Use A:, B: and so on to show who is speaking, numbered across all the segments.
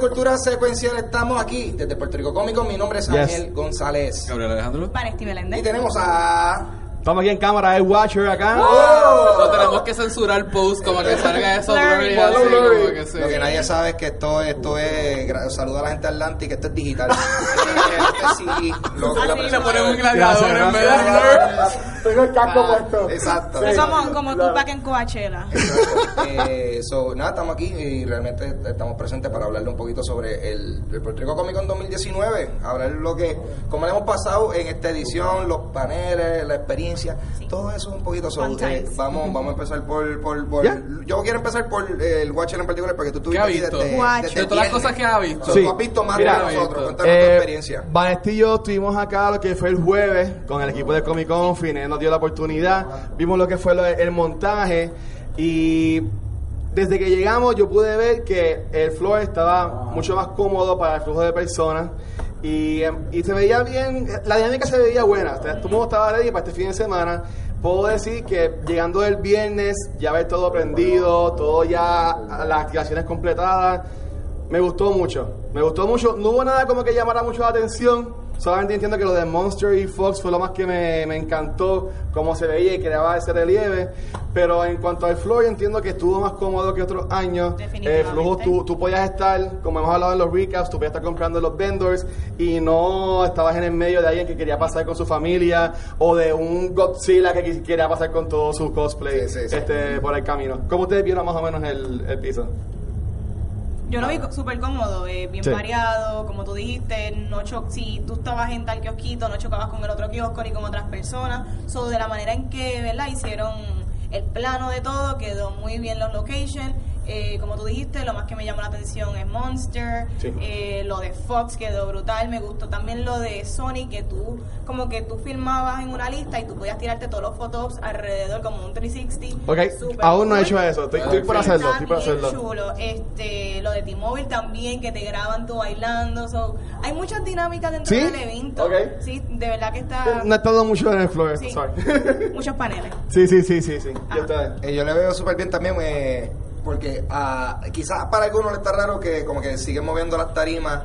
A: Cultura Secuencial, estamos aquí desde Puerto Rico Cómico. Mi nombre es
B: Yes.
A: Ángel González.
C: Gabriel Alejandro.
D: Vanesti Meléndez.
A: Y tenemos a.
B: Estamos aquí en cámara, es Watcher acá.
E: No tenemos que censurar post como que salga eso blurry, así, como que
A: Lo que
E: se-
A: nadie sabe es que esto, esto es. gra- Saluda a la gente de Atlantic, que esto es digital. Este sí, lo- la
E: Le
A: persona-
E: ponemos un gladiador
B: Gracias,
E: en vez de
B: gracias.
E: blur.
F: Tengo el casco puesto.
A: Ah. Exacto.
D: No somos como Tupac en Coachella.
A: Eh, so, nada, estamos aquí y realmente estamos presentes para hablarle un poquito sobre el, el Puerto Rico Comic Con 2019, hablar lo que, cómo le hemos pasado en esta edición, los paneles, la experiencia,
D: Sí.
A: todo eso un poquito. So,
D: Fun
A: eh,
D: times.
A: vamos, vamos a empezar por, por, por-
B: Ya.
A: yo quiero empezar por eh, el Watcher en particular porque tú
E: ¿Qué
A: estuviste
E: ha
A: aquí
E: visto?
A: desde-
D: Watcher.
A: desde
E: De todas las
A: viernes.
E: cosas que ha visto.
A: So,
B: Sí. Eh,
A: tú has visto más
B: Mira,
A: que nosotros,
E: visto.
A: cuéntanos tu experiencia.
B: Vanesti y yo estuvimos acá lo que fue el jueves con el equipo de Comic Con, Fine nos dio la oportunidad, vimos lo que fue lo- el montaje y desde que llegamos yo pude ver que el flow estaba mucho más cómodo para el flujo de personas y, em, y se veía bien, la dinámica se veía buena, o sea, todo el mundo estaba ready para este fin de semana. Puedo decir que llegando el viernes ya ver todo aprendido, todo ya las activaciones completadas, me gustó mucho. Me gustó mucho. No hubo nada como que llamara mucho la atención. Solamente entiendo que lo de Monster y Fox fue lo más que me, me encantó, cómo se veía y creaba ese relieve. Pero en cuanto al flow, yo entiendo que estuvo más cómodo que otros años.
D: Definitivamente.
B: El flujo, tú, tú podías estar, como hemos hablado en los recaps, tú podías estar comprando en los vendors y no estabas en el medio de alguien que quería pasar con su familia o de un Godzilla que quis- quería pasar con todo su cosplay
A: Sí, sí, sí.
B: Este, por el camino. ¿Cómo ustedes vieron más o menos el, el piso?
D: Yo lo vi co- súper cómodo, eh, bien
B: Sí.
D: variado, como tú dijiste, no cho- si tú estabas en tal kiosquito, no chocabas con el otro kiosco ni con otras personas. So, de la manera en que ¿verdad? hicieron el plano de todo, quedó muy bien los locations. Eh, como tú dijiste, lo más que me llamó la atención es Monster,
B: Sí.
D: eh, lo de Fox quedó brutal, me gustó también lo de Sony, que tú, como que tú filmabas en una lista y tú podías tirarte todos los photos alrededor como un 360.
B: Ok,
D: Súper
B: aún no he
D: cool.
B: hecho eso. Estoy, estoy por
D: Está
B: hacerlo, estoy por
D: bien
B: hacerlo.
D: chulo. Este, lo de T-Mobile también, que te graban tú bailando. So, hay muchas dinámicas dentro
B: ¿Sí?
D: del evento.
B: Ok. Eh,
D: Sí, de verdad que está.
B: No he estado mucho en el floor,
D: sí,
B: sorry.
D: muchos paneles.
B: sí, sí, sí, sí, sí. ¿Y
D: Ah.
B: ustedes?
A: Eh, yo le veo súper bien también, eh, porque ah, quizás para algunos le está raro que como que siguen moviendo las tarimas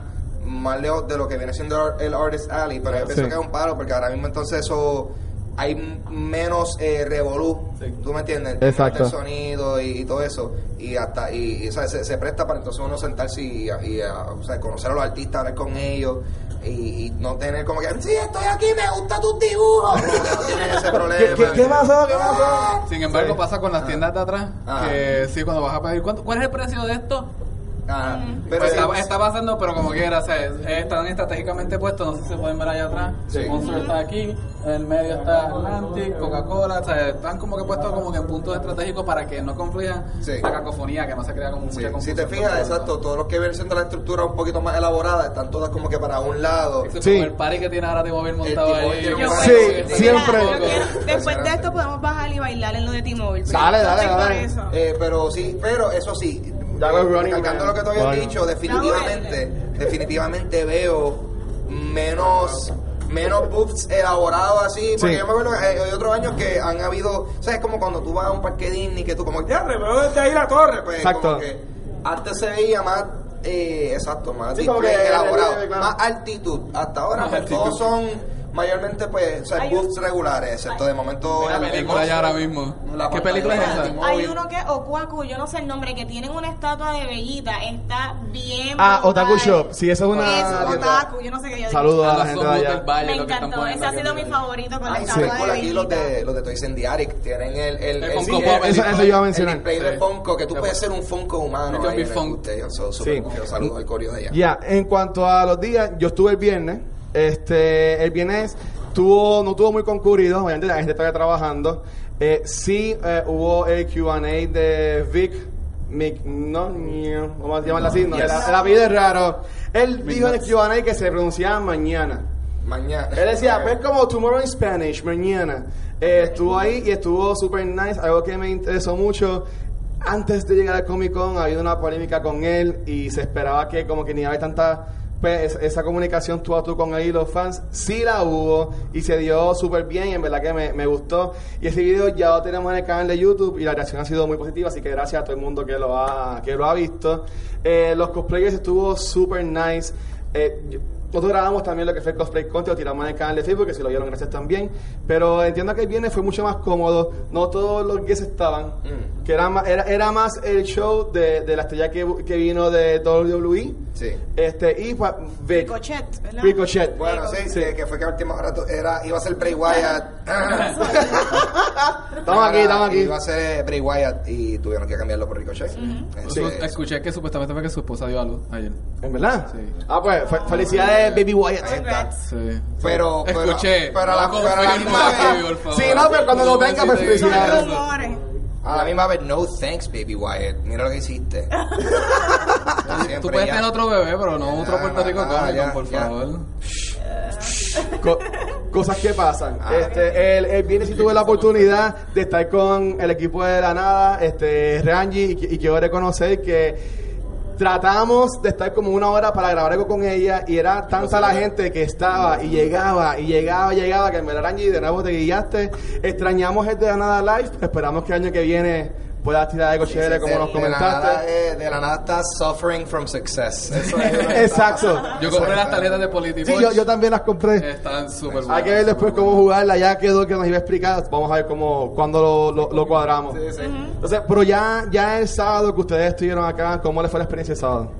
A: más lejos de lo que viene siendo el Artist Alley, pero yo pienso
B: Sí.
A: que es un paro, porque ahora mismo entonces eso hay m- menos eh, revolú, ¿tú me entiendes?
B: Exacto.
A: El sonido y, y todo eso, y hasta y, y, o sea, se, se presta para entonces uno sentarse y, y, ah, o sea, conocer a los artistas, hablar con ellos. Y, y no tener como que, sí, estoy aquí, me gusta tus dibujos. No tienen ese problema. Eh,
B: ¿Qué, qué, qué pasó? ¿Qué pasó?
E: Sin embargo, pasa con las tiendas de atrás.
A: Ajá.
E: Que sí, cuando vas a pedir, ¿cuánto- ¿cuál es el precio de esto?
A: Ajá.
E: Pero
A: Pero
E: Ah, Pues está,
A: sí,
E: está pasando, pero como quiera, o sea, es- están estratégicamente puestos, no sé si se pueden ver allá atrás.
A: Sí.
E: Monster está aquí, en el medio está Atlantic, Coca-Cola, o sea, están como que puestos como que en puntos estratégicos para que no confluyan
A: Sí.
E: la cacofonía, que no se crea como
A: Sí,
E: mucha
A: si
E: confusión.
A: te fijas, exacto, todos los que vienen siendo la estructura un poquito más elaborada están todas como que para un lado.
E: Eso es
B: Sí.
E: como el party que tiene ahora de móvil montado
A: El
E: ahí.
A: T-Mobile
D: Yo
A: Sí,
D: quiero-
B: siempre.
D: Mira, yo quiero- después de esto podemos bajar y bailar en lo de T-Mobile. pero
B: Dale,
D: yo
B: dale,
D: estoy
B: dale.
D: por eso.
A: Eh, pero sí, pero eso sí,
B: Ya lo running,
A: recalcando
B: man.
A: lo que te había
B: Bueno.
A: dicho, definitivamente, definitivamente veo menos menos boobs elaborados así, porque
B: Sí.
A: yo me acuerdo que hay hay otros años que han habido, sabes como cuando tú vas a un parque Disney que tú como ya re, pero está ahí la torre, pues
B: Exacto.
A: como que antes se veía más eh, exacto, más
B: Sí,
A: display
B: como que-
A: elaborado,
B: claro.
A: más altitud. Hasta ahora
E: Más
A: pues,
E: altitud.
A: todos son mayormente pues, o sea,
D: Hay un-
A: boobs regulares, excepto de momento
E: Mira
A: el-
E: la
A: el
E: película ya
A: monstruo.
E: ahora mismo.
A: La
E: ¿Qué
A: portada
E: película es
A: de
E: esa?
A: Batman.
D: Hay
A: móvil.
D: uno que es Okuaku, yo no sé el nombre, que tienen una estatua de Bellita, está bien.
B: Ah,
D: brutal.
B: Otaku Shop. Sí, esa es una
D: Eso,
B: tienda.
D: Otaku, yo no sé qué yo digo.
B: Saludos Ah, a la
E: Los
B: gente de
E: Somos
B: allá.
E: del Valle,
D: Me
E: lo que están
D: encantó,
E: poniendo
D: ese ha
E: aquí
D: sido mi
E: en el-
D: favorito con la
A: Ay, sí.
D: estatua
A: por
D: de
A: aquí los
D: Bellita.
A: de, los de Toys and the Attic tienen el... El,
E: El
A: el-
E: Funko
A: sí,
E: Pop.
A: el-
B: Eso, eso yo iba a
A: el
B: mencionar.
A: display de
E: Sí.
A: Funko, que tú
E: Sí.
A: puedes ser un Funko humano.
E: You can
A: ahí
E: be
A: en el
E: Funko.
A: conteo. So,
B: Sí.
A: super cool. Saludos al corio de allá.
B: Ya, en cuanto a los días, yo estuve el viernes. Este, el viernes tuvo, no tuvo muy concurrido, obviamente la gente estaba trabajando. Eh, sí eh, hubo el QA de Vic. Mic- no, no, vamos a llamarla así, no,
A: Yes.
B: el, el apellido es raro. Él dijo en el QA que se pronunciaba mañana.
A: Mañana.
B: Él decía,
A: Ok.
B: pues como Tomorrow in Spanish, mañana. Eh, estuvo ahí y estuvo super nice. Algo que me interesó mucho. Antes de llegar al Comic Con, había una polémica con él y se esperaba que como que ni había tanta pues, es- esa comunicación tú a tú con él y los fans sí la hubo y se dio súper bien y en verdad que me, me gustó. Y ese video ya lo tenemos en el canal de YouTube y la reacción ha sido muy positiva, así que gracias a todo el mundo que lo ha, que lo ha visto. Eh, los cosplayers estuvo súper nice. Eh, yo- nosotros grabamos también lo que fue el cosplay content, lo tiramos en el canal de Facebook, que si lo vieron, gracias también. Pero entiendo que el viernes fue mucho más cómodo, no todos los guests estaban,
A: Mm.
B: que era más, era, era más el show de, de la estrella que, que vino de WWE.
A: Sí.
B: Este, y pa- de-
D: Ricochet, ¿verdad?
B: Ricochet.
A: Bueno, sí,
B: Sí.
A: que- que fue que el último rato era, iba a ser Bray Wyatt.
B: Estamos aquí, estamos aquí.
A: Iba a ser eh, Bray Wyatt y tuvieron que cambiarlo por Ricochet. Eh,
E: Su-
A: eh,
E: Escuché que supuestamente fue que su esposa dio a luz ayer.
B: ¿En verdad?
E: Sí.
B: Ah, pues, fe- felicidades, Baby Wyatt.
A: ahí está.
E: Sí.
A: Pero, pero-
E: Escuché.
A: pero a la,
E: No
A: pero a la
E: confirmo,
A: misma vez,
E: por favor.
B: Sí, no, pero cuando lo venga, pues,
E: Sí,
D: Son
B: felicidades.
E: sí.
D: rumores.
A: a la misma vez, no thanks, baby Wyatt. Mira lo que hiciste. Tú siempre
E: Tú puedes
A: ya.
E: tener otro bebé, pero no otro
A: Ya,
E: Puerto Rico
A: ya,
E: Comic Con,
A: ya,
E: por
A: ya.
E: favor.
B: Co- cosas que pasan.
A: Ah.
B: este, el, el viernes sí tuve la oportunidad de estar con el equipo de la nada, este, Rangi, y, qui- y quiero reconocer que tratamos de estar como una hora para grabar algo con ella y era tanta la gente que estaba y llegaba y llegaba y llegaba que en verdad, Rangi de nuevo te guiaste. Extrañamos el de la nada live, esperamos que el año que viene puedas tirar algo chévere como
A: De-
B: nos
A: De la, nada,
B: comentaste.
A: eh, de la nada está suffering from success. Eso es lo que está.
B: Exacto.
E: Yo compré las tarjetas de Politibox.
B: Sí, yo, yo también las compré.
E: Están súper
B: Hay que ver después cómo jugarla, ya quedó que nos iba a explicar, vamos a ver cómo, cuándo lo, lo- lo cuadramos. Entonces, pero ya, ya el sábado que ustedes estuvieron acá, ¿cómo les fue la experiencia el sábado?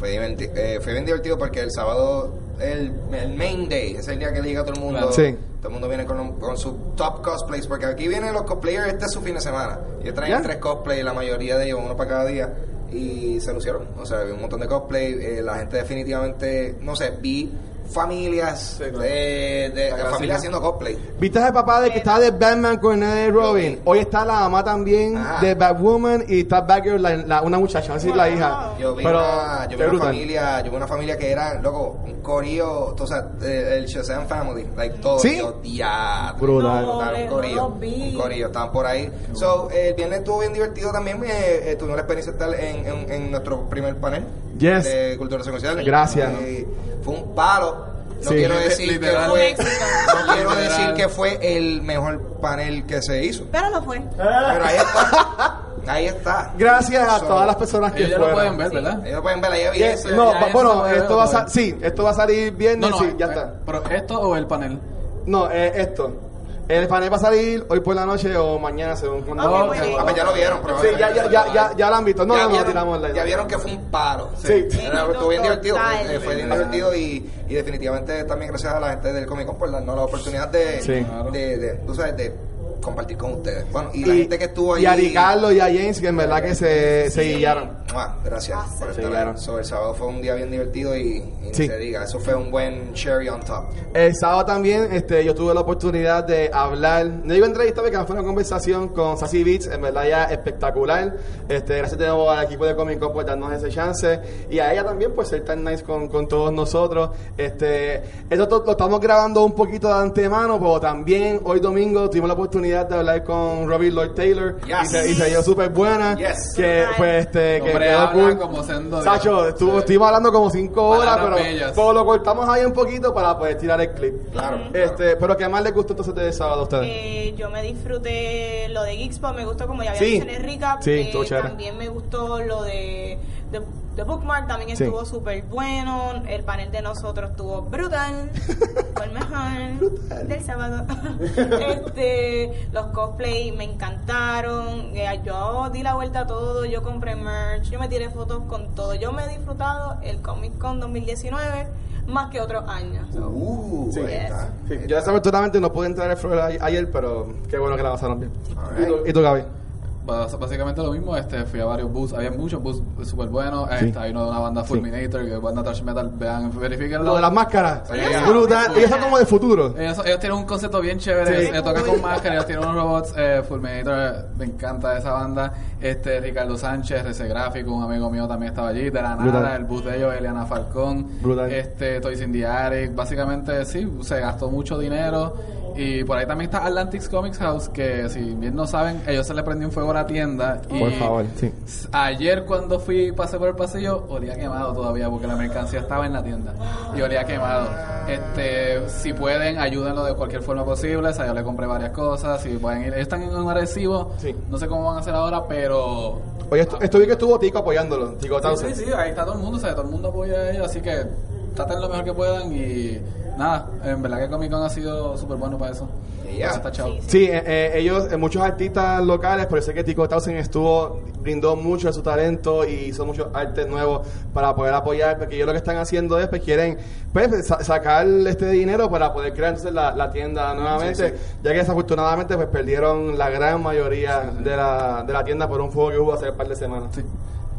A: Fue, diverti- eh, fue bien divertido porque el sábado, el, el main day, es el día que llega todo el mundo.
E: Claro.
B: Sí.
A: Todo el mundo viene con, con sus top cosplays, porque aquí vienen los cosplayers, este es su fin de semana. Y traen
B: Ya.
A: tres cosplays, la mayoría de ellos, uno para cada día. Y se lucieron. O sea, vi un montón de cosplay. eh, la gente definitivamente, no sé, vi familias
E: Sí, claro.
A: de, de-
E: La gracia.
A: familias haciendo cosplay.
B: Viste al papá de que está de Batman con Ned Robin. Hoy está la mamá también
E: Ah.
A: Ajá.
B: de Batwoman y está Batgirl, la, la- una muchacha, así la hija.
A: Yo vi,
B: Pero
A: una, yo vi
B: qué
A: una
B: brutal.
A: familia, yo vi una familia que era, loco, un corillo, o sea, eh, el Shazam Family, like todo,
B: ¿Sí?
A: yo, diablo.
B: Brutal.
D: No.
A: Claro, un
D: Pobre,
A: corillo,
D: no los vi.
A: un corillo, estaban por ahí. So, eh, el viernes estuvo bien divertido también, eh, eh, tuvimos la experiencia de estar en, en- en nuestro primer panel
B: Yes.
A: de Cultura Social.
B: Gracias.
A: fue un palo. No
B: Sí.
A: quiero decir que
E: Literal.
A: fue,
D: Fue un éxito.
A: no quiero
E: Literal.
A: decir que fue el mejor panel que se hizo.
D: Pero no fue.
A: Pero ahí está. Ahí está.
B: Gracias a
A: So,
B: todas las personas que
E: Ellos ya
B: fueron.
E: lo pueden ver, ¿verdad?
A: Ellos lo pueden ver, ahí hay
B: Eh,
A: evidencia.
B: no,
E: ya
B: va-
E: eso se
B: bueno,
E: puede
B: esto
E: ver,
B: va a
E: ¿no?
B: sa- sí, esto va a salir viernes, sí, ya
E: eh,
B: está.
E: Pero esto o el panel.
B: No, eh, esto. El panel va a salir hoy por la noche o mañana, según cuando.
D: Ok, muy
B: según-
D: bien.
A: Ah, pues ya lo vieron,
B: Sí, ya, ya, ya, ya, ya lo han visto. No,
A: ya
B: no, no,
A: vieron,
B: tiramos la
A: ya vieron que fue un paro.
B: Sí. Sí,
A: Era- Estuvo bien
D: total.
A: divertido. eh, fue bien divertido y, y definitivamente también gracias a la gente del Comic Con por darnos la oportunidad de,
B: Sí.
A: de, de- tú sabes, de compartir con ustedes. Bueno, y, la gente que estuvo ahí.
B: Y a Ricardo y a James, que en verdad que se, se guiaron.
A: Mua, Ah, gracias por
B: Sí,
A: estar ahí.
B: claro.
A: So, el sábado fue un día bien divertido y, y ni
B: Sí.
A: se diga, eso fue un buen cherry on top.
B: El sábado también este, yo tuve la oportunidad de hablar, no digo entrevista, porque fue una conversación con Sassy Beats, en verdad ya espectacular. Este, gracias de nuevo al equipo de Comic Con por darnos ese chance y a ella también por ser tan nice con, con todos nosotros. Este, esto to- lo estamos grabando un poquito de antemano, pero también hoy domingo tuvimos la oportunidad de hablar con Robbie Lloyd Taylor y,
A: Yes.
B: se, y se dio súper buena.
A: Yes.
B: Que pues este, que
E: Hombre,
B: quedó
E: habla
B: cool.
E: como siendo Dios.
B: Sacho, estuvo,
E: Sí.
B: estuvimos hablando como cinco horas,
E: Palabras
B: pero
E: bellas.
B: todo lo cortamos ahí un poquito para poder tirar el clip.
A: Claro.
B: Este, pero que más les gustó entonces de sábado a ustedes.
D: Eh, yo me disfruté lo de Geekspo, me gustó como ya había
B: Sí.
D: dicho en el recap.
B: Sí,
D: eh,
B: estuvo chévere.
D: también me gustó lo de The, The Bookmark, también
B: Sí.
D: estuvo súper bueno. El panel de nosotros estuvo brutal, fue el mejor del sábado. este, los cosplay me encantaron, eh, yo di la vuelta a todo, yo compré merch, yo me tiré fotos con todo. Yo me he disfrutado el Comic Con 2019 más que otros años.
A: Uh,
B: Sí.
A: ahí está.
B: Sí,
A: Ahí
B: yo
A: está.
B: desafortunadamente no pude entrar al flor a- ayer, pero qué bueno que la pasaron bien.
A: All right.
B: ¿Y, tú, y tú, Gaby?
E: Bas- Básicamente lo mismo, este, fui a varios bus, había muchos bus súper buenos,
B: Sí.
E: este, hay uno de una banda Fulminator, que es banda thrash metal, vean, verifiquen
B: Lo de las máscaras.
A: Sí.
B: Brutal. Y eso como de futuro.
E: Ellos, ellos tienen un concepto bien chévere,
B: Sí.
E: eh, tocan con máscara, ellos tienen unos robots, eh, Fulminator, eh, me encanta esa banda, este Ricardo Sánchez, ese gráfico, un amigo mío también estaba allí, de la nada,
B: Brutal.
E: el bus de ellos, Eliana Falcón,
B: Brutal.
E: este Toys in the Attic, básicamente sí, se gastó mucho dinero y por ahí también está Atlantic Comics House, que si bien no saben, ellos se le prendió un fuego una tienda. Y
B: Por favor, sí.
E: Ayer cuando fui, pasé por el pasillo, olía quemado todavía porque la mercancía estaba en la tienda. Y olía quemado. Este, si pueden, ayúdenlo de cualquier forma posible. O sea, yo le compré varias cosas. Si pueden ir, están en un agresivo.
B: Sí.
E: No sé cómo van a hacer ahora, pero...
B: Oye, estu- estuve que estuvo Tico apoyándolo, Tico Townsend.
E: Sí, sí, sí, ahí está todo el mundo, o sea, todo el mundo apoya a ellos, así que traten lo mejor que puedan y nada, en verdad que Comic Con ha sido súper bueno para eso.
A: Y
E: Eso
A: ya.
E: está chao.
B: Sí, eh, eh, ellos, eh, muchos artistas locales, pero sé que Tico Townsend estuvo, brindó mucho de su talento y hizo muchos artes nuevos para poder apoyar, porque ellos lo que están haciendo es, pues quieren pues, sa- sacar este dinero para poder crear entonces la, la tienda nuevamente, ya que desafortunadamente pues perdieron la gran mayoría De, la, de la tienda por un fuego que hubo hace un par de semanas.
E: Sí.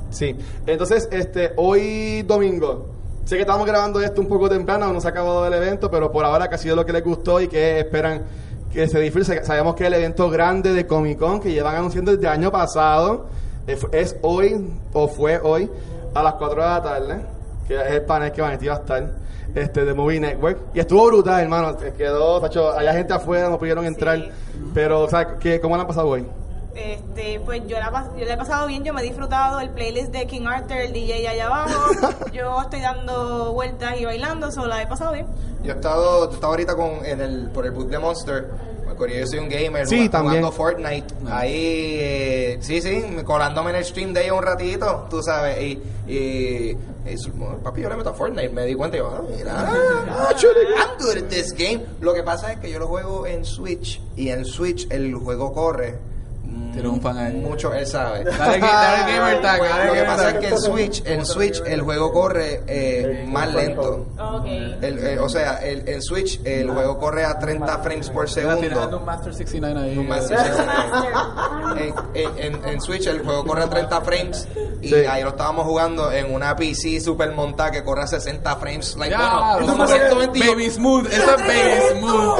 B: Sí, entonces este hoy domingo. Sé que estamos grabando esto un poco temprano, no se ha acabado el evento, pero por ahora que ha sido lo que les gustó y que esperan que se disfrute. Sabemos que el evento grande de Comic Con que llevan anunciando desde el año pasado eh, fu- es hoy o fue hoy a las 4 de la tarde, que es el panel que Vanetti va a estar este, de Movie Network. Y estuvo brutal, hermano. se Quedó, tacho, había gente afuera, no pudieron entrar.
D: Sí.
B: Pero, o sea, ¿qué- ¿cómo la han pasado hoy?
D: Este, pues yo la, pas- yo la he pasado bien, yo me he disfrutado el playlist de King Arthur, el DJ allá abajo. yo estoy dando vueltas y bailando, solo la he pasado bien.
A: Yo he estado, yo estaba ahorita con, en el, por el boot de Monster. Me acuerdo, Yo soy un gamer
B: Sí,
A: jugando,
B: también.
A: jugando Fortnite. Ahí, eh, sí, sí, colándome en el stream de ellos un ratito, tú sabes. Y, y, y su- papi, yo le meto a Fortnite. Me di cuenta y yo, ah, mira, ah, I'm good at this game. Lo que pasa es que yo lo juego en Switch. Y en Switch el juego corre. mm,
E: Tiene un fan ahí.
A: Mucho, él sabe.
E: Dale, dale gamer tag,
A: Bueno,
E: dale
A: lo que
E: gamer
A: pasa es
E: tag.
A: que en Switch, en Switch el juego corre eh, más lento.
D: Ok.
A: El- eh, o sea, el, en Switch el juego corre a 30 frames por
E: Mira, tirando un
A: segundo.
E: Master 69 ahí.
A: Un Master 69. En, en- en- en Switch el juego corre a 30 frames y
B: Sí.
A: ahí lo estábamos jugando en una PC super montada que corre a 60 frames. Like,
E: Ya,
A: bueno,
E: lo-
A: como 120 y yo,
E: Baby Smooth, eso es Baby Smooth.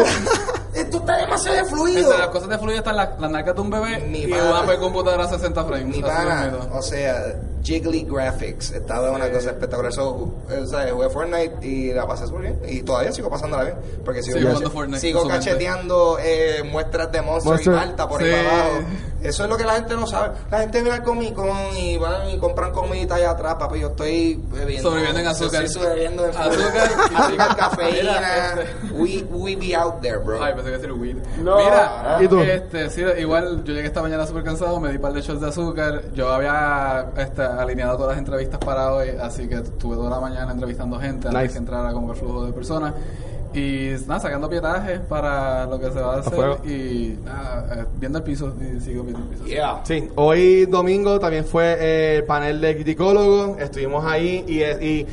A: Esto está demasiado de fluido.
E: Entre las cosas de fluido están las la nalgas de un bebé
A: Mi
E: y
A: pana.
E: una pe- computadora a 60 frames.
A: Mi
E: así
A: pana,
E: mismo.
A: o sea, Jiggly Graphics, está de una cosa espectacular. So, eh, o sea, jugué Fortnite y la pasé súper bien. Y todavía sigo pasándola bien. Porque sigo,
E: Sigo
A: cache-
E: jugando Fortnite,
A: sigo
E: usualmente.
A: cacheteando eh, muestras de Monster,
B: Monster.
A: y Malta por
E: Sí.
A: ahí para abajo. Eso es lo que la gente no sabe. La gente viene al Comic Con y van y compran comidita allá atrás, papi. Yo estoy bebiendo.
E: Sobreviviendo en azúcar.
A: Yo estoy sobreviviendo en
E: Azúcar y-
A: azúcar,
E: Mira,
A: cafeína.
E: este.
A: We, we be out there, bro.
E: Ay, pensé que era weed.
F: No.
E: Mira,
B: ¿Y tú?
E: Este, sí, igual yo llegué esta mañana súper cansado, me di par de shots de azúcar. Yo había este, alineado todas las entrevistas para hoy, así que estuve toda la mañana entrevistando gente antes
B: Nice.
E: que entrara como que el flujo de personas. Y nada, sacando pietajes para lo que se va a
B: fuego.
E: hacer. Y nada, eh, viendo el piso, y sigo viendo el piso.
A: Yeah.
B: Sí, hoy domingo también fue eh, el panel de criticólogos, estuvimos ahí y, eh, y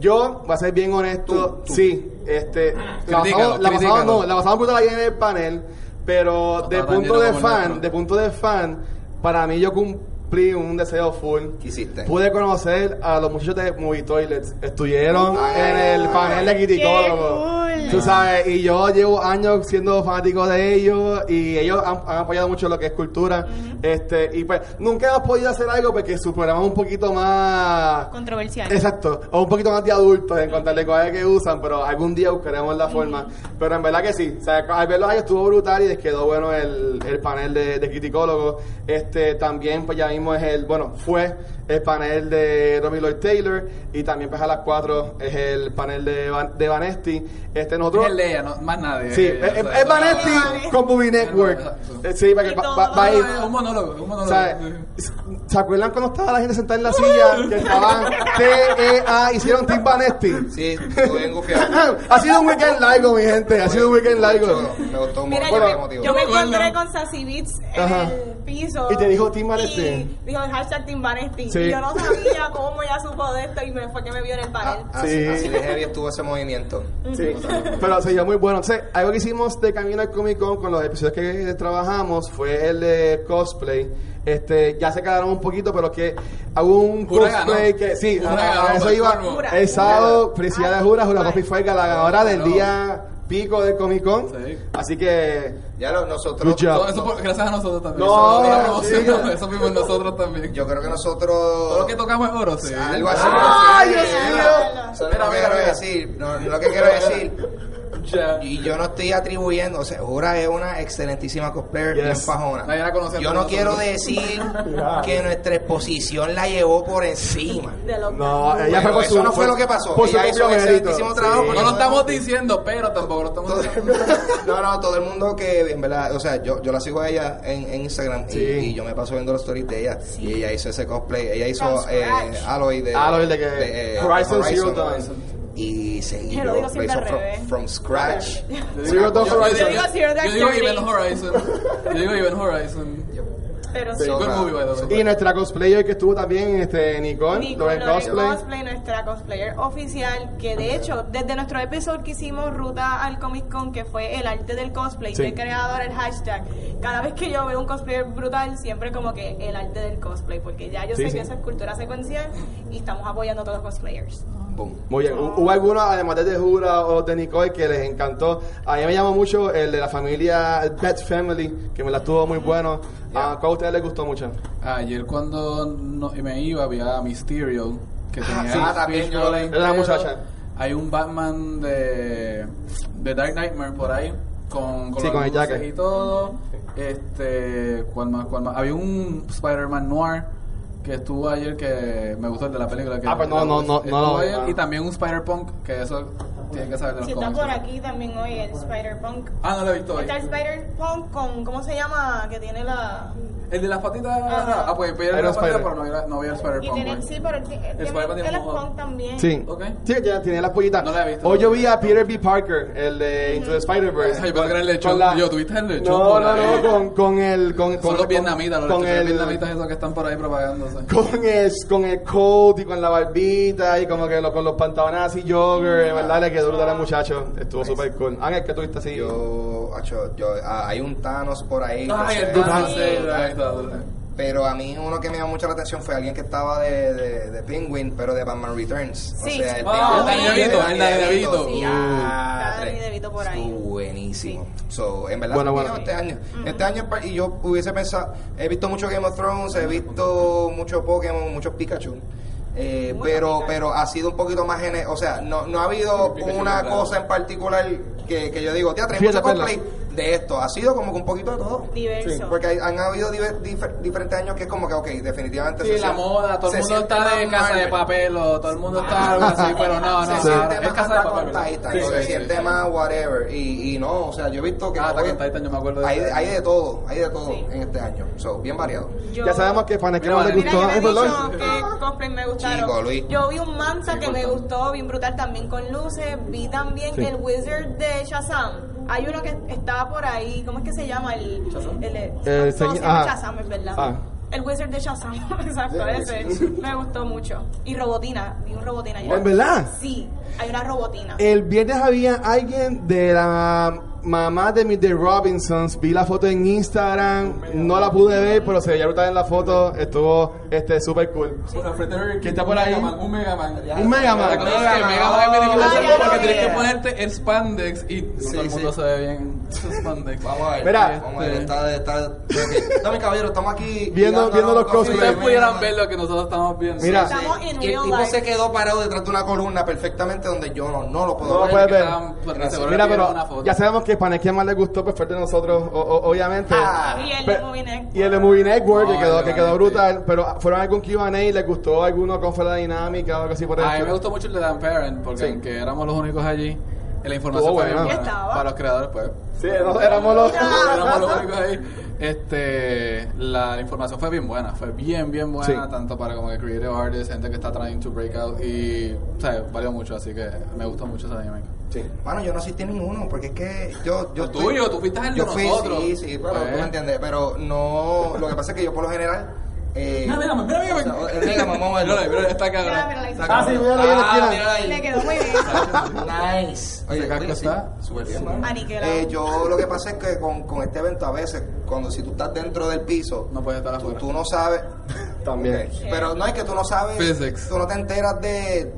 B: yo, voy a ser bien honesto,
A: Tú, tú.
B: sí, este, la
E: Critícalo,
B: pasamos, la pasamos,
E: critícalo.
B: no, la pasamos brutal ahí en el panel, pero
E: No
B: de
E: estaba
B: punto
E: tan lleno
B: de
E: como el
B: fan,
E: nuestro.
B: de punto de fan, para mí yo cumplí un deseo full.
A: ¿Qué hiciste?
B: Pude conocer a los muchachos de Movie Toilets. Estuvieron en el panel de criticólogos.
D: Qué cool.
B: Tú sabes, y yo llevo años siendo fanático de ellos y ellos han, han apoyado mucho lo que es cultura. Este, y pues nunca hemos podido hacer algo porque su programa es un poquito más
D: Controversial.
B: Exacto, o un poquito más de adultos en cuanto al lenguaje que usan, pero algún día buscaremos la forma. Pero en verdad que sí, o sea, al verlos ahí estuvo brutal y les quedó bueno el, el panel de, de criticólogos. Este también, pues ya mismo es el, bueno, fue el panel de Romy Lloyd Taylor y también, pues a las 4 es el panel de, Van- de Vanesti. Este, nosotros.
E: Es Lea, no, más nadie.
B: Sí,
E: ella,
B: es,
E: o sea,
B: es Vanesti con Movie Network.
E: Exacto.
B: Eh, Sí, para que
D: Y
B: va,
D: todo
B: va- va a ir.
E: Un monólogo, un
B: O
E: monólogo.
B: sea, ¿se acuerdan cuando estaba la gente sentada en la silla? Que estaban T-E-A, hicieron Team Vanesti.
A: Sí, lo vengo fiado.
B: ha sido un weekend largo, mi gente. Ha sido un weekend largo.
A: Me gustó mucho,
D: Mira, yo,
A: muy
D: me-
A: emotivo.
D: yo me
E: Bueno.
D: encontré con Sassy Beats en
B: Ajá.
D: el piso.
B: Y te dijo, "Team Vanesti".
D: Y dijo el hashtag Team Vanesti.
B: Sí.
D: Y yo no sabía cómo ella supo de esto y me, fue que me vio en el panel.
A: Ah, así,
B: Sí.
A: así de heavy estuvo ese movimiento.
B: Sí. Pero se dio muy bueno. Entonces, algo que hicimos de Camino al Comic Con con los episodios que trabajamos fue el de cosplay. Este, ya se quedaron un poquito, pero que hubo un
E: Jura
B: cosplay
E: ganó.
B: que. Sí,
E: Jura Ah,
B: a- a- a
E: ganó,
B: eso
E: por
B: iba.
E: favor.
B: El sábado, felicidades, Jura. Jura Cosplay fue la ganadora del
E: Claro.
B: día pico de Comic Con.
E: pues, Sí.
B: Así que.
A: Ya lo- nosotros.
B: Good job.
E: Todo eso por- gracias a nosotros también.
B: No,
E: eso, la
B: sí.
E: promoción, eso vimos nosotros también.
A: Yo creo que
E: Todo lo
A: nosotros.
E: que tocamos es oro, sí.
A: Algo así.
B: ¡Ay,
A: Sí,
B: Dios
A: sí,
B: mío!
A: Eso no es lo que quiero decir. No, lo que quiero decir.
E: Ya.
A: Y yo no estoy atribuyendo, o sea, Ura es una excelentísima cosplayer, bien
B: Yes.
A: fajona.
E: Nadie la conoce
A: yo
E: por
A: no
E: nosotros.
A: quiero decir que nuestra exposición la llevó por encima.
D: De los
B: No, eh, ella
A: Bueno,
B: fue por
A: eso
B: su-
A: no fue lo que pasó.
B: Por su
A: Ella hizo
B: propio
A: un
B: mérito.
A: excelentísimo trabajo,
B: Sí.
A: pero
E: No lo
A: no
E: estamos diciendo, pero tampoco lo estamos
A: Todo-
E: diciendo.
A: no, no, todo el mundo que, en verdad, o sea, yo, yo la sigo a ella en, en Instagram y-
B: Sí.
A: y, yo me paso viendo las stories de ella. Y ella hizo ese cosplay, ella
D: From
A: hizo
D: scratch.
A: eh, Aloy de,
B: Aloy de que-
A: eh,
B: Horizon Zero Dawn.
A: Y seguí,
D: Yo lo digo siempre al
A: from,
D: revés.
A: from scratch.
B: Zero Dawn
E: Yo-
B: Horizon.
E: Yo
D: digo Zero Dark
E: yo digo
D: Thirty.
E: Event Horizon. Yo digo Event Horizon.
D: Pero sí.
A: So-
E: Good movie, by the way.
B: Y nuestra cosplayer que estuvo también, este, Nicole,
D: Nicole
B: Loren
D: Loren
B: Cosplay.
D: Cosplay, nuestra cosplayer oficial, que de hecho, desde nuestro episodio que hicimos Ruta al Comic Con, que fue el arte del cosplay,
B: Sí.
D: que he creado ahora el hashtag, cada vez que yo veo un cosplayer brutal, siempre como que el arte del cosplay, porque ya yo
B: Sí,
D: sé
B: sí.
D: que eso es cultura secuencial y estamos apoyando a todos los cosplayers.
A: Boom.
B: Muy bien. Hu- Hubo algunos, además de Jura o de Nicole, que les encantó. A mí me llamó mucho el de la familia Bat Family, que me la estuvo muy bueno. Ah, ¿Cuál a ustedes les gustó mucho?
E: Ayer cuando no- me iba había a Mysterio que
A: Ah,
E: tenía
A: sí,
E: el
A: también
E: fishbowl
A: yo-
E: ahí
B: era la
E: entero.
B: muchacha.
E: Hay un Batman de, de Dark Nightmare por ahí con,
B: Sí,
E: los
B: con el
E: luces
B: jacket.
E: y todo. Este, ¿cuál más, cuál más? Había un Spider-Man Noir que estuvo ayer que me gustó el de la película que
B: Ah, pero no, no, no,
E: estuvo
B: no, no.
E: ayer, y también un Spider-Punk que eso tiene que saber de los
D: Si está
E: cómics.
D: por aquí también hoy el Spider-Punk.
E: Ah, no lo he visto hoy.
D: Está el Spider-Punk con, ¿cómo se llama? Que tiene la...
E: El de las patitas.
D: Ajá.
E: Ah, pues pero
B: Era
E: era la patita,
B: Spider.
E: pero no era- no había pues. el
D: Y
E: Spider-Punk.
D: tiene,
E: güey.
D: sí, pero él tiene- él
E: Spider-Man
D: tiene-
E: tiene
D: él es
E: un ojo.
D: punk también.
B: Sí.
E: Ok.
B: Sí, ya tiene la pollita.
E: No la he visto.
B: Hoy yo vi a Peter B. Parker, el de Into the Spider-Verse.
E: Ay, yo pensé que era el lechón.
B: Con
E: Yo, ¿tuviste el lechón?
B: No, no,
E: Hola.
B: no, con, con el... Con, con,
E: Son los vietnamitas, los
B: con
E: lechones
B: el-
E: vietnamitas esos que están por ahí propagándose.
B: con el, con el coat y con la barbita y como que lo- con los pantalones así jogger, en verdad le quedó brutal al muchacho, estuvo súper cool. Ángel, ¿qué tuviste así?
A: Yo, acho, yo, ah, hay un Thanos por ahí. que
E: Ay,
A: se-
E: Ah, el Thanos,
D: Sí.
E: sí, ahí está.
A: Pero a mí uno que me llamó mucho la atención fue alguien que estaba de, de, de Penguin, pero de Batman Returns.
D: Sí.
A: O sea, el
E: Ah, Danny
A: Penguin-
E: DeVito, el Danny DeVito.
D: Sí.
A: Ah,
D: Danny DeVito por ahí.
A: estuvo buenísimo. So, en verdad,
B: Bueno,
A: sí,
B: bueno.
A: no, este año. Este año pa- y yo hubiese pensado, he visto mucho Game of Thrones, he visto mucho Pokémon, muchos Pikachu. Eh,
D: Mucho
A: pero
D: Pikachu.
A: pero ha sido un poquito más gene o sea no, no ha habido
E: Pikachu
A: una
E: raro.
A: cosa en particular que, que yo digo te hay
B: Fíjate,
A: mucho
B: Perla.
A: cosplay de esto ha sido como que un poquito de todo
D: Diverso.
A: porque hay- han habido diver- difer- diferentes años que es como que, ok, definitivamente.
E: Sí,
A: se
E: la
A: siente-
E: moda, todo
A: se
E: el mundo
A: siente
E: está de
A: más
E: casa de
A: Marvel.
E: papel o todo el mundo está algo así, pero no, no,
A: se
E: no,
A: siente
E: es
A: más
E: casa de
A: Attack on
E: papel.
A: Titan,
E: Sí,
A: se
E: sí,
A: siente
E: sí.
A: más whatever. Y, y no, o sea, yo he visto que.
E: Ah, Attack on
A: hoy-
E: Titan, yo me acuerdo de-
A: Hay, hay de todo, hay de todo
D: Sí.
A: en este año. So, bien variado.
D: Yo-
B: Ya sabemos que Fan
E: Mira,
B: Esquema le
E: Valeria,
D: Mira,
B: gustó.
D: yo le he
B: Ay, perdón.
D: dicho que cosplay me gustaron.
A: Chico, Luis.
D: Yo vi un manta
E: Sí,
D: que me
E: cortando.
D: gustó, bien brutal, también con luces. Vi también
B: Sí.
D: el Wizard de Shazam. Hay uno que estaba por ahí, ¿cómo es que se llama? El,
E: ¿Shazam?
D: el,
B: El
D: no, se
B: señor-
D: llama
B: Eh, ah.
D: Shazam, es verdad.
B: Ah.
D: El Wizard de Shazam, exacto, ese. Me gustó mucho. Y Robotina, vi un Robotina. allá.
B: ¿En verdad? Eh,
D: Sí, hay una Robotina.
B: El viernes había alguien de la mamá de Mr. Robinsons. Vi la foto en Instagram, no la pude ver, pero se veía brutal en la foto. Estuvo este súper cool.
E: Bueno, frente a Burger King,
B: ¿Quién está por ahí?
E: Un Mega Man, un Mega Man.
B: Un Mega Man.
E: La cosa es que
A: Mega
E: Mega
A: Man.
E: Man es bien difícil
D: Ah,
E: hacerlo
D: ya lo
E: porque
D: vi.
E: tienes que ponerte el spandex y
A: Sí,
E: todo el mundo
A: sí.
E: se ve bien spandex.
A: Vamos a ver.
B: Mira.
A: vamos a ver. Está, está, ok. No, mi caballero, estamos aquí.
B: Viendo- viendo los
E: Si
B: cosplays.
E: ustedes pudieran ver lo que nosotros estamos viendo.
B: Mira.
D: Estamos en
A: Y el
D: real
A: tipo
D: life.
A: se quedó parado detrás de una columna perfectamente donde yo no, no lo puedo
B: No lo
A: ver.
B: puedes ver.
E: Estaban- porque seguro
B: Mira,
E: le pidieron una
B: pero
E: foto.
B: ya sabemos que Fan Esquema le gustó, pues fue el de nosotros, o- o- obviamente.
A: Ah,
D: y el
B: Pe-
D: Movie Neck.
B: Y el de Movie Network, que
E: Ay,
B: quedó, que quedó
E: realmente.
B: brutal, pero fueron algún QA, ¿les gustó alguno? ¿Cómo fue la dinámica o algo así por el
E: A mí
B: estilo?
E: me gustó mucho el de Dan Parent, porque
B: Sí.
E: aunque éramos los únicos allí, la información
B: Estuvo
E: fue bien
B: bueno.
E: buena.
D: Estaba.
E: Para los creadores, pues.
B: Sí, no, éramos los.
E: éramos los únicos ahí. Este, la información fue bien buena, fue bien, bien buena,
B: Sí.
E: tanto para como que creative artists, gente que está trying to break out, y, o sea, valió mucho, así que me gustó mucho esa dinámica.
B: Sí.
A: Mano, yo no asistí a ninguno, porque es que yo... yo
E: Lo tuyo, tú fuiste al de
A: yo fui,
E: nosotros.
A: Sí, sí, pero
E: Pues.
A: tú me entiendes. Pero no... Lo que pasa es que yo por lo general... Eh,
E: Mira, mira, mira, mira, mira.
A: o sea, el Mega Man, vamos a verlo.
E: Mira, mira, está
D: Mira, mira,
E: cabrón.
D: la
E: Está
D: hizo.
B: Ah, sí,
E: cabrón.
B: míralo ahí en la esquina.
D: Le quedó muy bien.
A: Nice.
E: Ese casco está
A: súper
E: bien,
A: bien.
D: Aniquilado.
A: Eh, yo lo que pasa es que con, con este evento a veces, cuando si tú estás dentro del piso,
E: No puedes estar
A: tú,
E: afuera.
A: tú no sabes.
B: También.
A: Ok. Pero no es que tú no sabes.
E: Physics.
A: Tú no te enteras de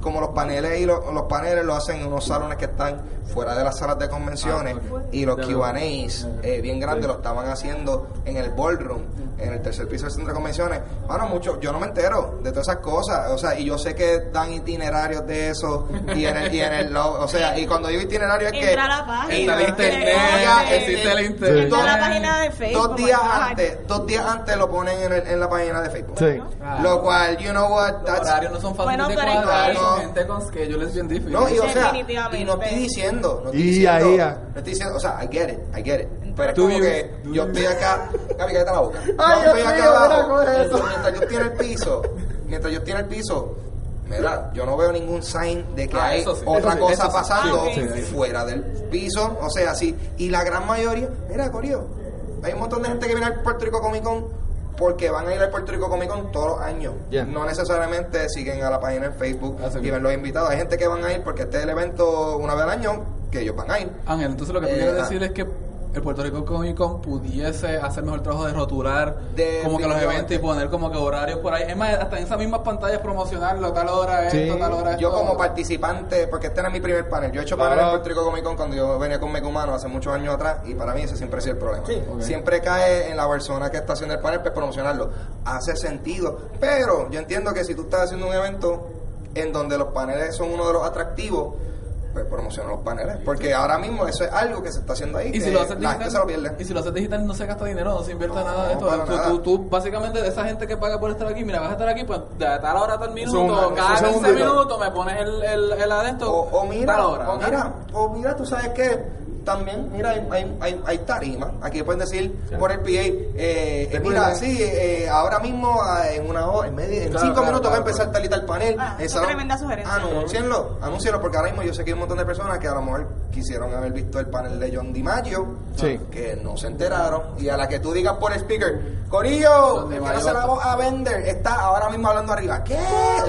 A: como los paneles y lo- los paneles lo hacen en unos salones que están fuera de las salas de convenciones
E: Ah, ok.
A: y los
E: Ya
A: Q&As
E: veo.
A: eh, bien grandes lo estaban haciendo en el ballroom en el tercer piso del centro de convenciones. Bueno, mucho, yo no me entero de todas esas cosas. O sea, y yo sé que dan itinerarios de eso. Y en el, y en el lo- o sea, y cuando digo itinerario es que.
D: Entra a la página.
A: y
E: Está el
A: la-
E: internet,
A: oiga,
E: existe el
A: eh,
E: internet.
A: dos-
D: Entra a la página de Facebook,
A: Dos días
D: ay.
A: antes, dos días antes lo ponen en, el- en la página de Facebook.
B: Sí.
E: Ah.
A: Lo cual, you know what,
E: Los
A: that's-
E: horarios no son fáciles
D: Bueno,
E: de
D: pero
E: cuadrar.
A: igual-
E: Hay gente con schedules bien difíciles.
A: No, y o sea,
D: Definitivamente.
A: y no estoy diciendo, no estoy
B: Y
A: diciendo,
B: ahí, ah.
A: no estoy diciendo, o sea, I get it, I get it. Pero es
E: Do
A: como
E: you-
A: que
E: do
A: yo
E: you-
A: estoy acá, Gaby, cállate la boca.
F: Ay,
A: yo
F: Dios
A: estoy acá
F: mío, mira,
A: abajo,
F: coge eso.
A: mientras yo estoy en el piso, mientras yo estoy en el piso, mira, yo no veo ningún sign de que
E: Ah,
A: hay
E: eso sí,
A: otra
E: eso sí,
A: cosa
E: eso sí.
A: pasando
D: Sí, sí,
B: sí.
A: fuera del piso, o sea, sí. Y la gran mayoría, mira, Corio, hay un montón de gente que viene al Puerto Rico Comic Con porque van a ir al Puerto Rico Comic Con todos los años.
B: Yeah.
A: No necesariamente siguen a la página en Facebook
E: Así
A: y
E: que-
A: ven Pues los invitados. Hay gente que van a ir porque este es el evento una vez al año que ellos van a ir.
E: Ángel, entonces lo que tú
A: Eh,
E: quieres
A: ah.
E: decir es que el Puerto Rico Comic Con pudiese hacer mejor trabajo de rotular
A: De-
E: como que los
A: definitivamente.
E: eventos y poner como que horarios por ahí. Es más, hasta en esas mismas pantallas promocionarlo, tal hora esto,
B: Sí.
E: tal hora esto.
A: Yo como participante, porque este era mi primer panel, yo he hecho
B: Claro.
A: panel en Puerto Rico Comic Con cuando yo venía con Mecumano hace muchos años atrás y para mí ese siempre ha sido el problema.
E: Ok.
A: Siempre cae en la persona que está haciendo el panel pues, promocionarlo. Hace sentido, pero yo entiendo que si tú estás haciendo un evento en donde los paneles son uno de los atractivos, pues promociona los paneles, porque ahora mismo eso es algo que se está haciendo ahí.
E: Y si,
A: que
E: lo haces
A: Eh, la gente
E: digital,
A: se lo pierde.
E: y si lo haces digital no se gasta dinero, no se invierte
A: No,
E: nada de esto.
A: para
E: tú,
A: nada.
E: tú- tú, básicamente de esa gente que paga por estar aquí, mira, vas a estar aquí, pues de tal hora a tal minuto,
B: Son-
E: cada
B: son
E: 15
B: segunditos.
E: minutos me pones el, el, el adentro,
A: O, o
E: tal
A: mira,
E: hora.
A: o mira, o mira, tú sabes que también, mira, hay, hay, hay, hay tarima. Aquí pueden decir por el PA, eh, eh,
B: Te
A: mira,
B: pueden-
A: sí, eh, ahora mismo ah, en una hora, en, media, en
E: Claro,
A: cinco
E: claro,
A: minutos va a
E: claro,
A: empezar tal y tal panel.
D: Ah,
A: en
D: son
A: salón.
D: tremendas sugerencias.
A: Anúncienlo, anúncienlo, porque ahora mismo yo sé que hay un montón de personas que a lo mejor quisieron haber visto el panel de John DiMaggio,
B: Sí.
A: que no se enteraron. Y a la que tú digas por el speaker, Corillo,
E: John
A: que
E: DiMaggio
A: no se
E: va
A: la
E: a-
A: voz a Bender, está ahora mismo hablando arriba. ¿Qué?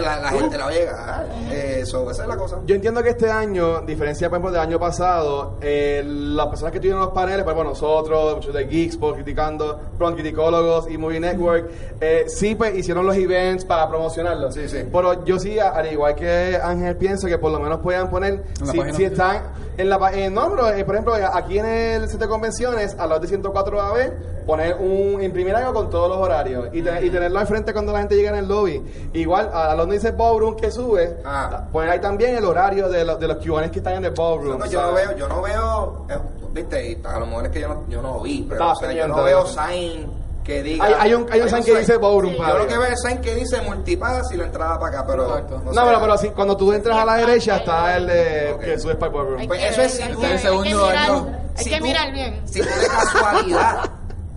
A: La, la gente la llega. Eso, esa es la cosa.
B: Yo entiendo que este año, diferencia por ejemplo del año pasado, eh, las personas que estuvieron en los paneles, por ejemplo nosotros, muchos de Geeks, por criticando, perdón, criticólogos y Movie Network, eh, sí pues hicieron los events para promocionarlos.
A: Sí, sí.
B: Pero yo sí, a- al igual que Ángel, pienso que por lo menos puedan poner,
E: la
B: si,
E: página.
B: si están en la página, no, pero eh, por ejemplo aquí en el centro de convenciones, a las de 104 AB, poner un, imprimir algo con todos los horarios y, te- y tenerlo al frente cuando la gente llega en el lobby. Igual, a, a donde dice Ballroom que sube,
A: Ah.
B: Poner ahí también el horario de, los de los Q&A que están en el
A: No,
B: ballroom. ¿sabes?
A: yo no veo, yo no veo, eh, viste, y a lo mejor es que yo no, yo no vi, pero
B: Estaba
A: o sea, yo
B: pendiente,
A: no veo
B: ¿verdad?
A: sign que diga.
B: Hay, hay un, hay un sign que dice ballroom.
D: Sí.
B: para
A: Yo lo
B: arriba.
A: que veo es sign que dice multipass y la entrada para acá, pero.
E: Exacto.
B: No,
A: sea,
B: pero, pero sí, cuando tú entras a la derecha está el de
A: Ok.
B: que subes para el ballroom.
A: Pues
C: Hay que
A: eso es
C: ver, hay
A: si
C: que
A: tú-
C: ver,
E: el segundo
C: hay que
E: año.
C: mirar, hay
A: si
C: que
A: tú-
C: mirar bien.
A: Si tú de casualidad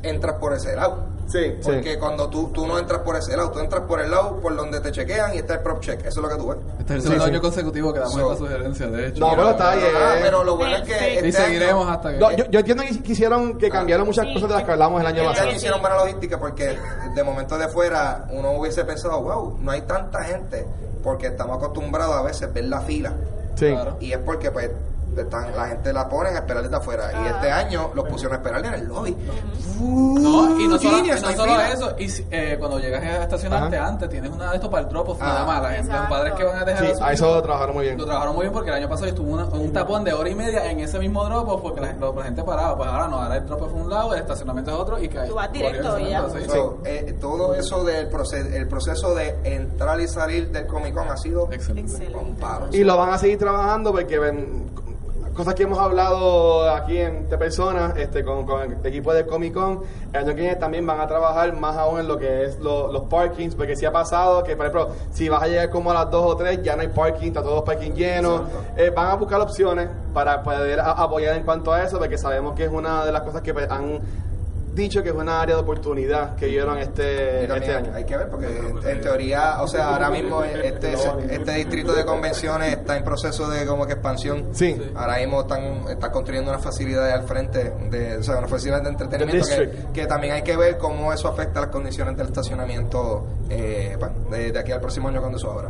A: entras por ese lado.
B: Sí, sí.
A: Porque cuando tú, tú no entras por ese lado, tú entras por el lado por donde te chequean y está el prop check. Eso es lo que tú ves.
E: Este es el
B: Sí,
E: segundo
B: sí.
E: año consecutivo que damos
A: So-
E: esta sugerencia, de hecho.
B: No, pero está
A: Ah,
B: ahí. eh.
A: pero lo bueno es que.
D: Y
E: Y
A: este año-
E: seguiremos hasta que...
B: No, yo, yo entiendo que quisieron
A: Ah.
B: que cambiaron muchas
D: Sí.
B: cosas de las que hablamos el año
D: Sí.
A: Ya
B: pasado.
A: no hicieron buena logística porque de momento de fuera uno hubiese pensado, wow, no hay tanta gente porque estamos acostumbrados a veces ver la fila
B: Sí.
E: Claro.
A: y es porque pues están- la gente la ponen a esperar desde afuera y
D: Ah.
A: este año los pusieron a esperar en el lobby.
E: No, y no solo,
A: Genius,
E: y no
A: no hay
E: solo
A: fila.
E: eso, y si- eh, cuando llegas a estacionarte
B: Ajá.
E: antes, tienes una de estos para el drop-off
A: Ah.
E: nada más. La gente- Los
D: Exacto.
E: padres que van a dejar
B: Sí,
E: a sus
B: a eso lo trabajaron muy bien.
E: Lo trabajaron muy bien porque el año pasado yo estuve una- un tapón de hora y media en ese mismo drop porque la, lo- la gente paraba. Pues ahora no, ahora el drop es un lado, el estacionamiento es otro y que hay-
D: Tú vas directo
E: varios
D: y ya.
E: estacionamientos, sí.
A: So, eh, todo eso del proceso, el proceso de entrar y salir del Comic Con ha sido
E: Excelente.
A: con
D: Excelente.
A: paros.
B: Y lo van a seguir trabajando porque ven cosas que hemos hablado aquí en de personas este, con, con el equipo de Comic Con. El año que viene también van a trabajar más aún en lo que es lo- los parkings, porque si ha pasado que, por ejemplo, si vas a llegar como a las 2 o 3, ya no hay parking, está todo el parking lleno. Eh, van a buscar opciones para poder a- apoyar en cuanto a eso, porque sabemos que es una de las cosas que pues, han dicho que es una área de oportunidad que vieron este,
A: Y también
B: este año.
A: Hay que ver porque
E: pues,
A: en-
E: eh,
A: en teoría, o sea, ahora mismo este, este distrito de convenciones está en proceso de como que expansión.
B: Sí.
A: Ahora mismo están, están construyendo una facilidad al frente, de, o sea, una facilidad de entretenimiento
B: The
A: que,
B: district.
A: que también hay que ver cómo eso afecta las condiciones del estacionamiento eh, pa- de, de aquí al próximo año cuando eso abra.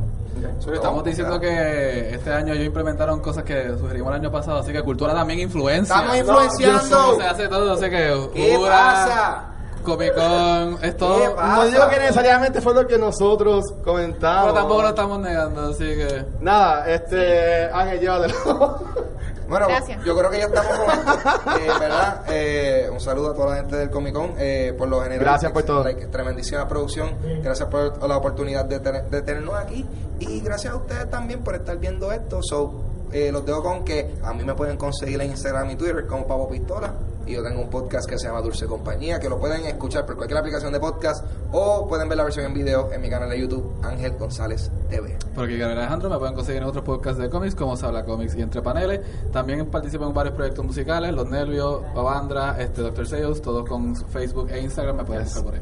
E: Pero estamos diciendo que este año ellos implementaron cosas que sugerimos el año pasado, así que cultura también influencia.
A: Estamos
E: Eso
A: influenciando.
E: se hace todo, así que
A: ¿Qué
E: cultura,
A: pasa?
E: Comic Con, es todo.
A: ¿Qué pasa?
B: No digo que necesariamente fue lo que nosotros comentamos.
E: Pero tampoco lo estamos negando, así que.
B: Nada, este. Ángel, llévatelo.
A: Bueno,
C: Gracias.
A: yo creo que ya estamos con esto, eh, ¿verdad? Eh, un saludo a toda la gente del Comic Con, eh, por lo general.
B: Gracias por todo.
A: Like, tremendísima producción, gracias por la oportunidad de, tener- de tenernos aquí y gracias a ustedes también por estar viendo esto. So, eh, los dejo con que a mí me pueden conseguir en Instagram y Twitter como Pavo Pistola y yo tengo un podcast que se llama Dulce Compañía que lo pueden escuchar por cualquier aplicación de podcast o pueden ver la versión en video en mi canal de YouTube Ángel González TV.
E: Porque Gabriel Alejandro me pueden conseguir en otros podcasts de cómics como Se habla cómics y entre paneles. También participo en varios proyectos musicales, Los Nervios, Babandra, este Doctor Seuss, todos con Facebook e Instagram me pueden
B: Yes.
E: buscar por ahí.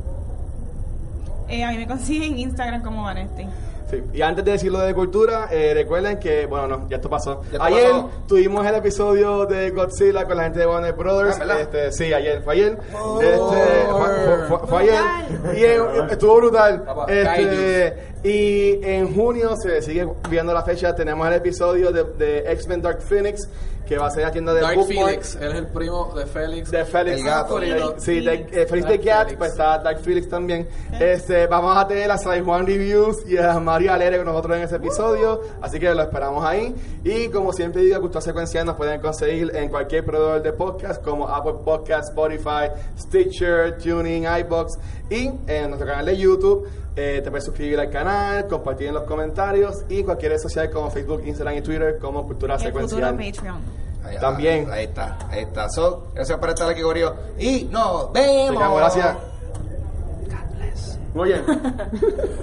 D: Eh, a mí me consiguen en Instagram como Vanesti.
B: Sí. Y antes de decir lo de cultura, eh, recuerden que, bueno, no, ya esto pasó.
A: Ya esto
B: ayer
A: pasó.
B: tuvimos el episodio de Godzilla con la gente de Warner Brothers.
A: Ah, ¿verdad?
B: este, sí, ayer, fue ayer.
A: Oh.
B: Este, fue, fue- fue ayer.
C: Brutal.
B: Y eh, estuvo brutal.
E: Papá,
B: Este, y en junio se sigue viendo la fecha. Tenemos el episodio de, de X-Men Dark Phoenix, que va a ser la tienda de
E: Dark
B: Bookmark,
E: Phoenix, él es el primo de Félix.
B: De Félix.
A: El gato.
B: Eh, Sí, de, eh, Félix
E: Dark
B: de Cat,
E: Phoenix.
B: pues está Dark Felix también. Este, vamos a tener a San Juan Reviews y a María Alere con nosotros en ese
D: Uh.
B: episodio, así que lo esperamos ahí. Y como siempre digo, Cultura Secuencial nos pueden conseguir en cualquier proveedor de podcast como Apple Podcast, Spotify, Stitcher, Tuning, iBox y en nuestro canal de YouTube. Eh, te puedes suscribir al canal, compartir en los comentarios y en cualquier red social como Facebook, Instagram y Twitter como Cultura
D: Y el futuro
B: Secuencial.
D: Patreon.
A: Ahí,
B: También.
A: Ahí, ahí está, ahí está. So, gracias por estar aquí, Gorillo. Y nos vemos.
B: Te amo, gracias. Muy bien.